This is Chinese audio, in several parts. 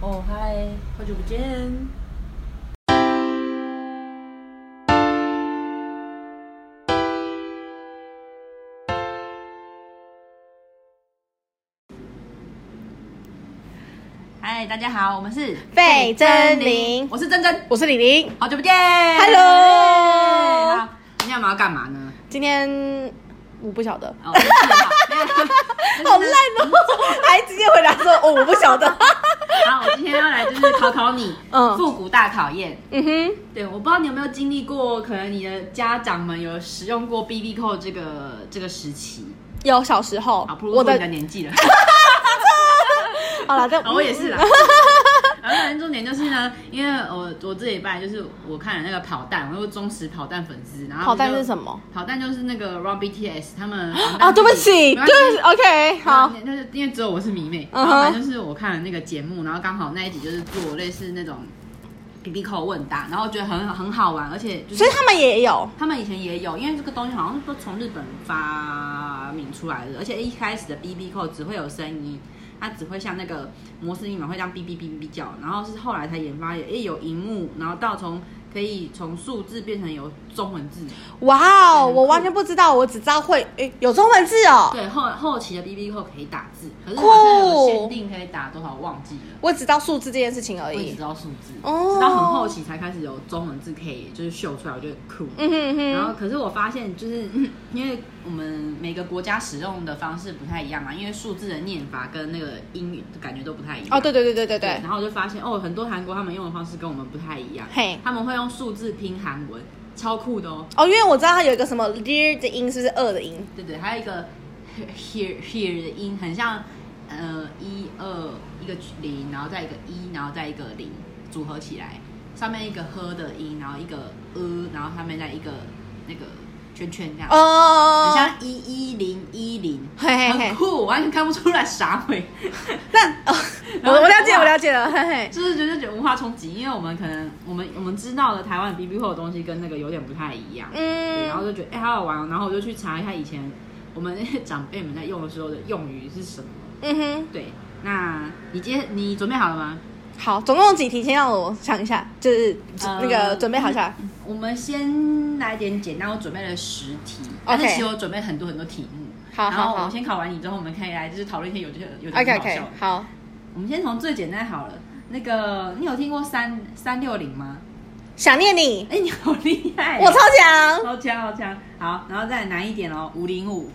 哦嗨，好久不见。嗨，大家好，我们是费真真灵我是真真，我是李玲。好久不见 Hello 好今天我们要干嘛呢？今天我不晓得，哦，没有 没有好烂哦， 还直接回答说哦我不晓得。好，我今天要来就是考考你，嗯复古大考验。嗯哼，对，我不知道你有没有经历过，可能你的家长们有使用过 B B 扣这个这个时期。有小时候好，不如我我的的你的年纪 了，好了，但啊我也是啦。反正重点就是呢，因为我我这礼拜就是我看了那个跑蛋，我是忠实跑蛋粉丝。然后跑嗯蛋是么？什么跑蛋就是那个 Run BTS 他们跑蛋啊？对不起，没关系对不起，OK，好，那就是因为只有我是迷妹，然嗯哼后反正就是我看了那个节目，然后刚好那一集就是做类似那种 B B 扣问答，然后觉得很很好玩，而且就是所以他们也有他们以前也有，因为这个东西好像都从日本发明出来的，而且一开始的 B B 扣只会有声音，它只会像那个摩斯密码会这样哔哔哔哔哔叫，然后是后来才研发有，诶有荧幕，然后到从可以从数字变成有中文字，哇哦，很酷我完全不知道，我只知道会诶有中文字哦，对后后期的 B B 扣可以打字，可是好像有限定可以打多少忘记了。我只知道数字这件事情而我也只已知。道数字，哦直到很后期才开始有中文字可以就是秀出来，我觉得很酷。嗯哼然后哼，可是我发现，就是嗯因为我们每个国家使用的方式不太一样嘛，因为数字的念法跟那个英语的感觉都不太一样。哦，对对对对对对然，后我就发现哦，很多韩国他们用的方式跟我们不太一样，嘿。他们会用数字拼韩文，超酷的哦。哦，因为我知道它有一个什么 dear 的音，是不是二的音？对对，还有一个 here here 的音，很像呃一二一个零，然后再一个一，然后再一个零组合起来，上面一个呵的音，然后一个呃，然后上面再一个那个圈圈这样。哦很，像一一零一零，嘿嘿很嘿，酷，完全看不出来啥鬼，那哦， 我我了解我了解了，嘿嘿。就是觉得觉得文化冲击，因为我们可能我们我们知道的台湾 B B 后的东西跟那个有点不太一样，对，然后嗯，就觉得哎、好好玩哦，然后我就去查一下以前我们那些长辈们在用的时候的用语是什么，嗯哼，对，那你今天你准备好了吗？好，总共几题？先让我想一下，就是呃那个准备好一下。我们先来点简单，我准备了十题，但是 OK 其实我准备很多很多题目。好然好后我好们先考完你之后，我们可以来就是讨论一些有趣的、有趣的，OK 好笑 OK，的。嗯好，我们先从最简单好了。那个，你有听过三三六零吗？想念你，哎、你好厉害哦、我超强，好强好强！好，然后再难一点哦，五零五，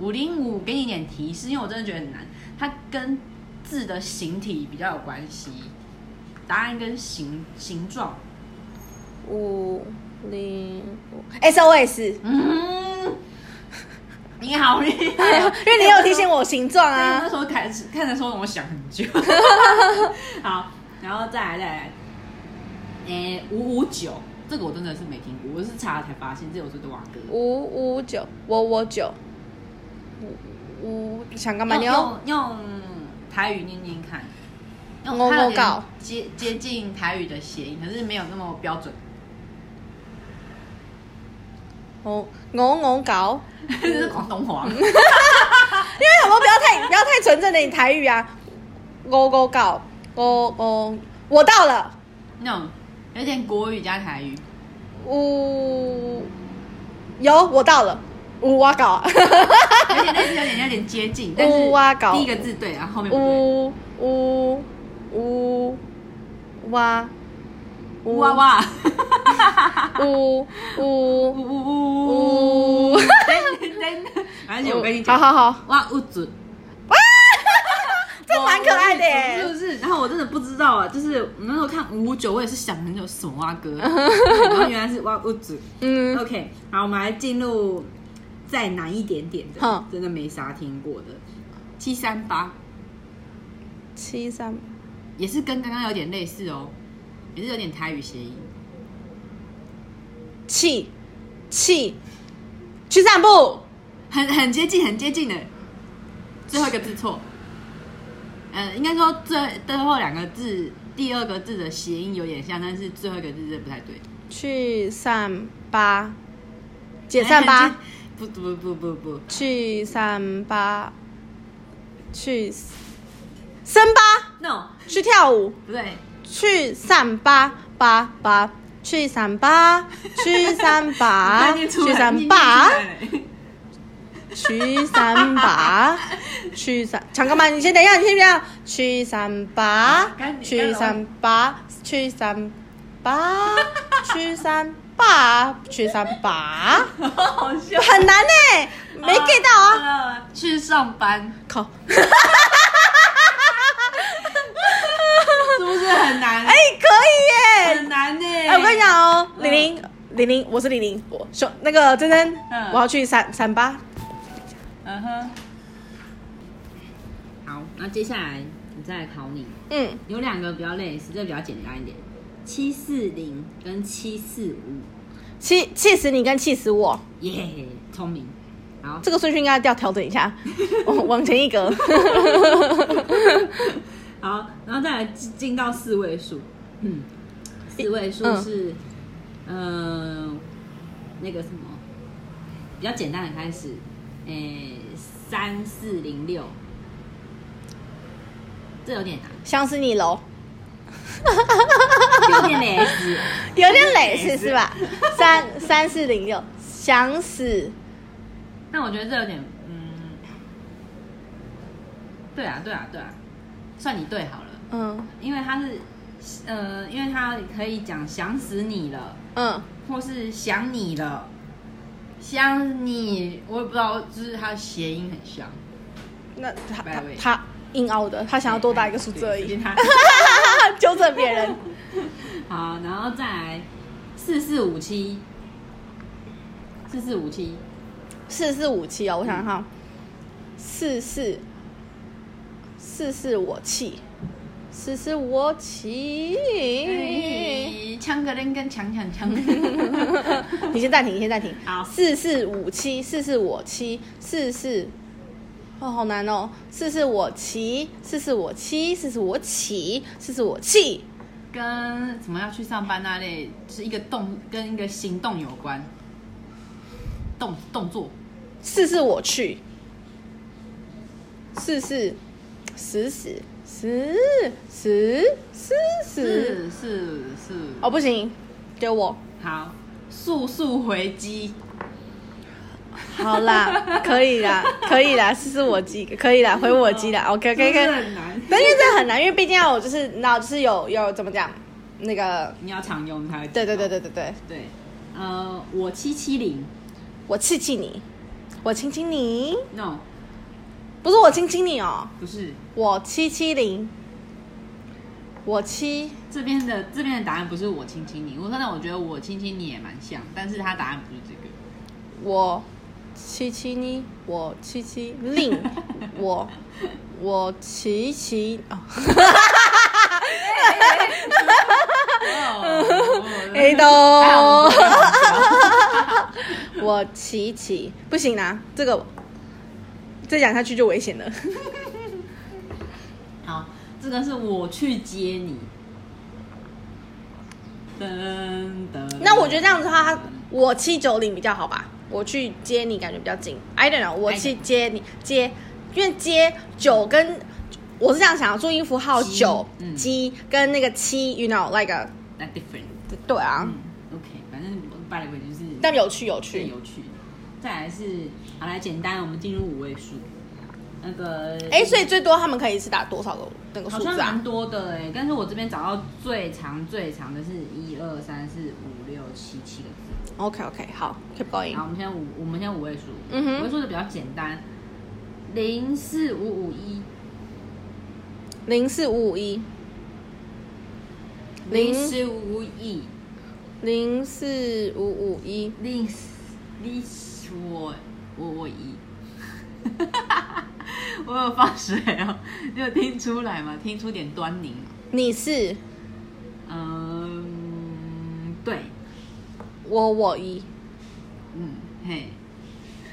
五零五，给你一点提示，因为我真的觉得很难。它跟字的形体比较有关系，答案跟形形状。五零五 SOS，嗯， 你好厉害哦、哎 因为你有提醒我形状哎我啊那。时候看看的时候，我想很 久。好，然后再来再来，诶、五五九，这个我真的是没听过，我是查了才发现，这我是多瓦哥。五五九，我我九，五五想干嘛？用你哦要用用台语念念看，用我它有我搞点接接近台语的谐音，可是没有那么标 准，我我我搞。这是广东话。嗯因为什么不要太不要太纯正的你台语啊，我我搞我我我到了，那种有点国语加台语，五有我到了，五哇搞有点类似，有点有点接 近，但是乌啊搞第一个字对，然后后面不对。 五五五哇呜哇啊哇， 五呜五呜呜。五， 真的，而且我跟你好讲，好好，哇乌准， 这蛮可爱的是耶。不是？然后我真的不知道啊，就是我那时候看五五九，我也是想很久什么哇 哥，然后原来是哇乌准。嗯， OK，好，我们来进入再难一点点的哼，真的没啥听过的七三八，七三也是跟刚刚有点类似哦，也是有点台语谐音。气气，去散步，很很接近，很接近的。最后一个字错，呃，应该说最最后两个字，第二个字的谐音有点像，但是最后一个字真的不太对。去散吧，哎解散吧。哎不不不不不，去三八，去森巴， ，no，去跳舞，不对，去散吧吧吧，去散吧， 去散吧，你快念去出来啊散吧， 去散吧，去散，抢干嘛？你先等一下，你先等一下，去散吧干你，干去扰散吧，去散吧，去散吧，去散吧， 你念出来好笑，很难呢、没 get 到啊。啊，去上班，靠！是不是很难？哎、可以耶！很难呢。哎、我跟你讲哦，嗯玲玲，玲玲，我是玲玲，我兄那个珍珍，嗯我要去散散吧。嗯哼。好，那接下来我再来考你，嗯，有两个比较类似，这个比较简单一点，七四零跟七四五，气气死你跟气死我，耶，聪明。好， 这个顺序应该要调整一下，往往前一格。 好，然后再来进进到四位数，嗯，四位数嗯是，呃，那个什么，比较简单的开始，诶、三四零六，这有点难，想死你喽，有点累死，有点累是是吧？三三四零六，想死但我觉得这有点，嗯，对啊，对啊，对啊，算你对好了，嗯因为它是，呃，因为它可以讲想死你了。嗯，或是想你了，想你，我也不知道，就是它的谐音很像。那他他 By the way 他硬凹的，他想要多打一个数字而对 随已便，它纠正别人。好，然后再来四四五七，四四五七，四四五七哦，我想想哈，四四四四我气，四四我气。强格林跟强强强。 你先暂停，你先暂停。好四四五七，四四我七，四四，哦，好难哦。四四我七，四四我七，四四我起，四四我气。跟什么要去上班那类，是一个动跟一个行动有关，动动作。四四我去，四四死死死死死死。是是是，哦，不行，给我。好，速速回击，好啦，可以啦，可以啦，试试我鸡，可以啦，回我鸡啦。OK 这 OK 个 OK。很难，但因为这很难，因为毕竟要我就是，那就是有有怎么讲，那个，你要常用它。对对对对对对，对，呃，我七七零我气气你，我亲亲你， ，no，不是我亲亲你哦，不是我七七零，我七，这边的这边的答案不是我亲亲你，我真的我觉得我亲亲你也蛮像，但是他答案不是这个，我七七你，我七七令， 我我七七哦，哎哎都。都，我骑骑不行啦，这个再讲下去就危险了。好，这个是我去接你，噔噔，那我觉得这样子的话，他我七九零比较好吧，我去接你感觉比较近。I don't know，我去接你接，因为接九跟我是这样想，注音符号鸡九嗯鸡跟那个七，you know like a- that different，对啊，嗯，OK，反正巴黎鬼就是但有趣有最趣。有趣的。再来是，好来简单，我们进入五位数。那个，哎、所以最多他们可以是打多少个那个好数像字啊蛮？多的哎、但是我这边找到最长最长的是一二三四五六七七个字。 OK OK，好，keep 好， going。我们现在五，我们现在五位数，嗯哼五位数就比较简单，零四五五一，零四五五一，零零四五五一，零四五五一，零零我我我一，我有放水哦，你有听出来吗？听出点端倪吗？你是嗯，对，我我一，嗯，嘿，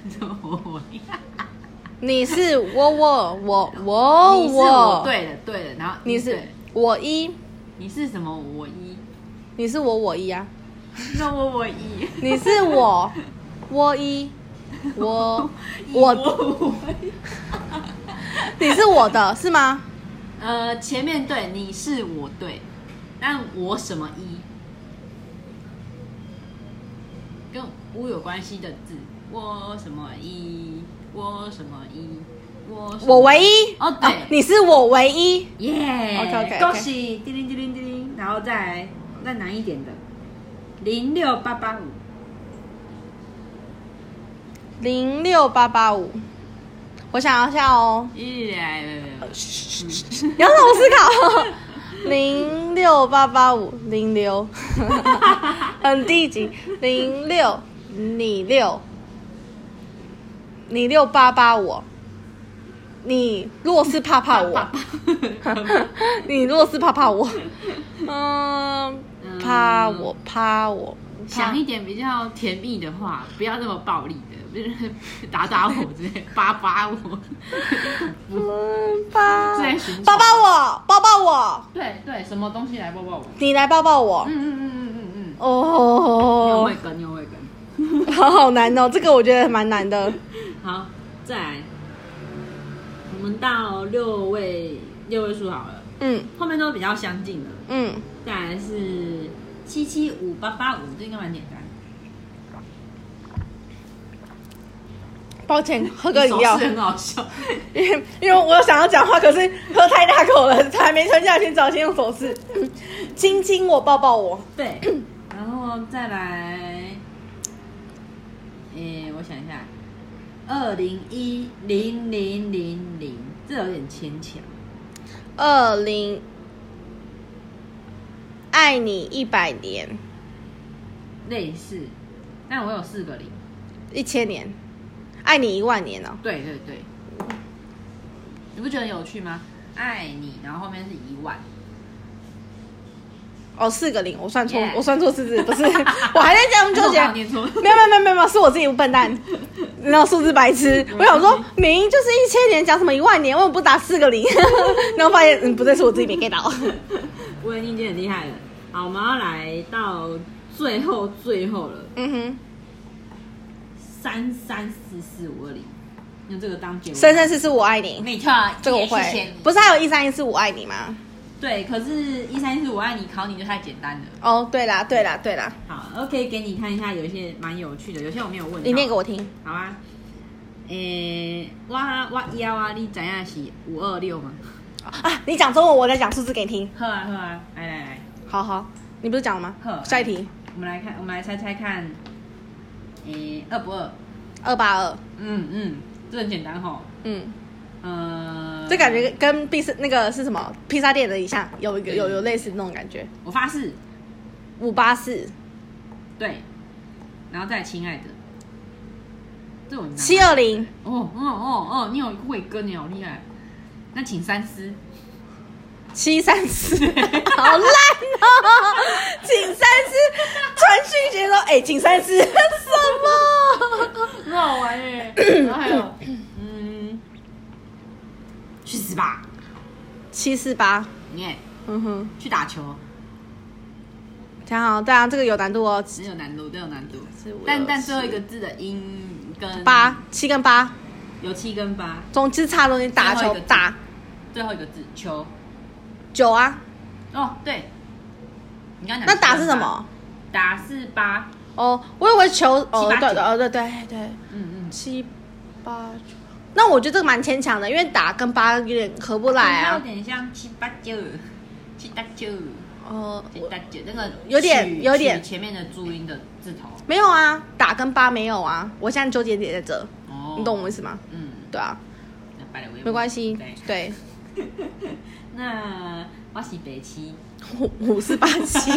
怎么我我一？你是我我我我你是我我，，对的对的，然后你是嗯对我一，你是什么我一？你是我我一啊，那我我一，你是 我我一，我一我我一你是我的是吗？呃，前面对你是我对，但我什么一，跟乌有关系的字，我什么一，我什么一，我什么我唯一啊哦对你是我唯一，耶 OK，OK，OK 恭喜叮铃叮铃叮铃，然后再来再难一点的零六八八五，零六八八五，我想一下哦，一来杨总思考，零六八八五 零六，很低级，零六你六，你六八八我，你若是怕怕我， 你若是怕 怕我，嗯，怕我怕我，想一点比较甜蜜的话，不要那么暴力的，不是 打打我之类，扒扒我。嗯抱在寻抱找抱我，抱抱我，对对，什么东西来抱抱我？你来抱抱我嗯，嗯嗯嗯嗯嗯，牛哦尾，根，牛尾根。 好好难哦，这个我觉得蛮难的。好，再来，我们到六位六位数好了，嗯后面都比较相近的。嗯，再来是七七五八八五，这应该蛮简单。抱歉，喝个饮料手，势很好笑。 因为因为我想要讲话，可是喝太大口了， 还没吞下去，只好先用手势，嗯亲亲我，抱抱我，对，然后再来，诶、我想一下，二零一零零零零，这有点牵强。二零，爱你一百年，类似，但我有四个零。一千年，爱你一万年哦，对对对，你不觉得有趣吗？爱你，然后后面是一万，哦，四个零，我算错 Yeah 我算错数字，不是， 我还在这样 纠结我。念错。没有没有没有没有没有，是我自己笨蛋，然后数字白痴。 我想说，明明就是一千年，讲什么一万年，为什么不打四个 零？然后发现，嗯，不对，是我自己没 get 到。我已经很厉害了。好，我们要来到最后最后了， 嗯哼，三三四四五二零，用这个当结尾。三三四四我爱你，没错，这个我也谢谢会你。不是还有一三一四我爱你吗？对，可是一三一四我爱你考你就太简单了。哦，对啦对啦对啦，好，OK，给你看一下，有一些蛮有趣的，有些我没有问到。你念给我听。好啊。诶、我我幺啊，你怎样是五二六吗？啊，你讲中文，我再讲数字给你听。好啊好啊，来来来，好好，你不是讲了吗？呵下一题，我们来看，我们来猜猜看，诶、二不二？二八二。嗯嗯，这很简单吼。嗯，呃，这感觉跟披萨那个是什么披萨店的一项，有一个有嗯有类似那种感觉。我发誓，五八四对，然后再来亲爱的，这我很难七二零。哦哦哦哦，你有慧根，你好厉害。那请三思。七三 四，好烂哦！请三思，传讯息说，哎、请三思什么？很好玩 耶。然后还有，嗯，去死吧！七四八，你也嗯哼，去打球，挺好，对啊，这个有难度哦。很有难度，都有难度四五。但六但七最后一个字的音跟八七跟八，有七跟八，总之差东西打最后球一个字打最后一个字球。九啊，哦，对，你刚刚讲那七打跟是八什？么？嗯打是八，哦，我以为球，哦七八对九对哦对对对，嗯嗯，七八九。那我觉得这个蛮牵强的，因为打跟八有点合不来有啊。点像七八九，七八九，哦、七我八九，那个有点取有点取前面的注音的字头。没有啊，打跟八没有啊。我现在纠结点在这，哦，你懂我意思吗？嗯，对啊，没没关系，对， 那我是北七， 五五四八七，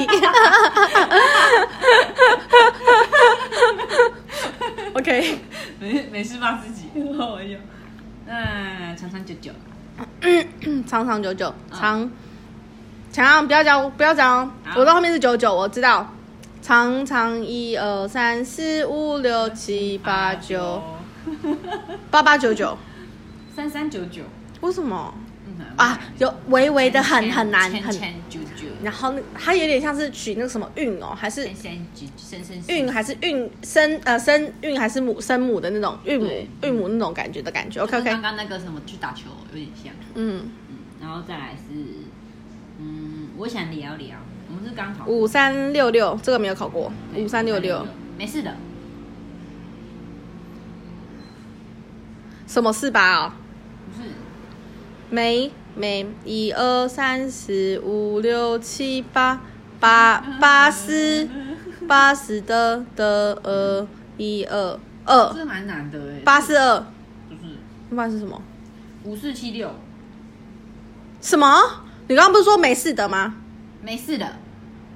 OK，没没事骂自己，然后我就那长长久久，长长久久，长，强强不要讲，不要讲哦，我到后面是九九，我知道，长长一二三四五六七八九八八九九，三三九九为什么嗯啊？有微微的很很难千很，千九九，然后那它有点像是取那个什么韵哦，还是三三九三三四韵还是韵生呃生韵还是母生母的那种韵母对韵母那种感觉的感觉。OK 跟 OK，刚刚那个什么去打球有点像，嗯，然后再来是，嗯，我想聊聊，我们是刚考五三六六这个没有考过，对五三六六，没事的，什么四八啊？不是没没，一二三四五六七八八八十八十的的呃一二二这蛮难的哎，八四二，就是那是什么？五四七六，什么？你刚刚不是说没事的吗？没事的，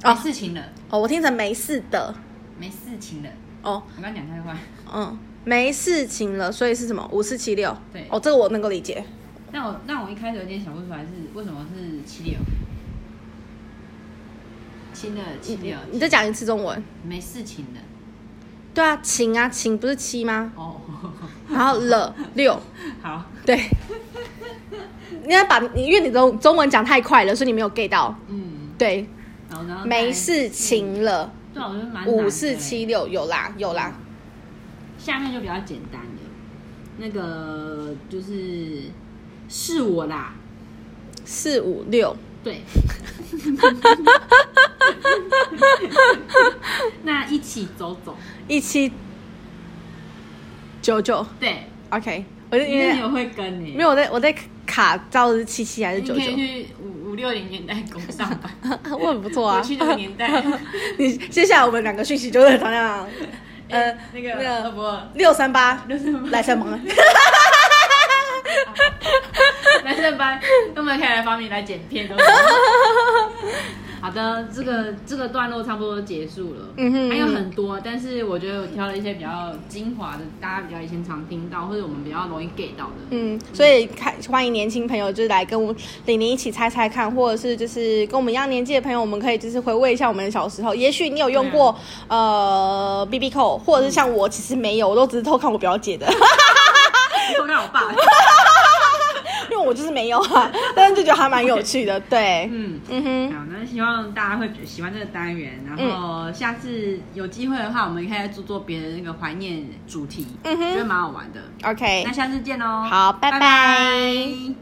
哦没事情了，哦，我听成没事的没事情了，哦，我刚讲太快， 嗯，没事情了，所以是什么？五四七六，对哦，这个我能够理解。但我但我一开始有点想不出来是为什么是七六，新的七六，你再讲一次中文。没事情了，对啊，情啊情不是七吗？哦，然后了六， 好，对。你要把，因为你的中文讲太快了，所以你没有 get 到。嗯，对，然后然后再来没，事情了，对啊，我觉得蛮难的五四七六有啦有啦。下面就比较简单的，那个就是是我啦，四五六， 对。那一起走走，一七九九对， ，OK。我就因因为为你有会跟你、没有我在我在卡到底是七七还是你九可九以，去五五六零年代工上班， 我很不错我啊。去那个年代， 你接下来我们两个讯息就是同 样，呃呃，，那个那个呃不，六三八就是来什 么？ 来上班，那我们可以来发明来剪片 都行。好的，这个这个段落差不多结束了，嗯哼还有很多，但是我觉得我挑了一些比较精华的，大家比较以前常听到，或者我们比较容易 get 到的，嗯，所以开欢迎年轻朋友，就是来跟我李宁一起猜猜看，或者是就是跟我们一样年纪的朋友，我们可以就是回味一下我们的小时候。也许你有啊用过、呃 B B 扣，或者是像我其实没有，我都只是偷看我表姐的， 都 让我爸， 因为我就是没有啊， 但是就觉得还蛮有趣的。对，嗯。嗯哼，好，那希望大家会喜欢这个单元，然后嗯下次有机会的话，我们可以再做做别的那个怀念主题，嗯哼觉得蛮好玩的。 ，OK，那下次见喽，好拜拜哦拜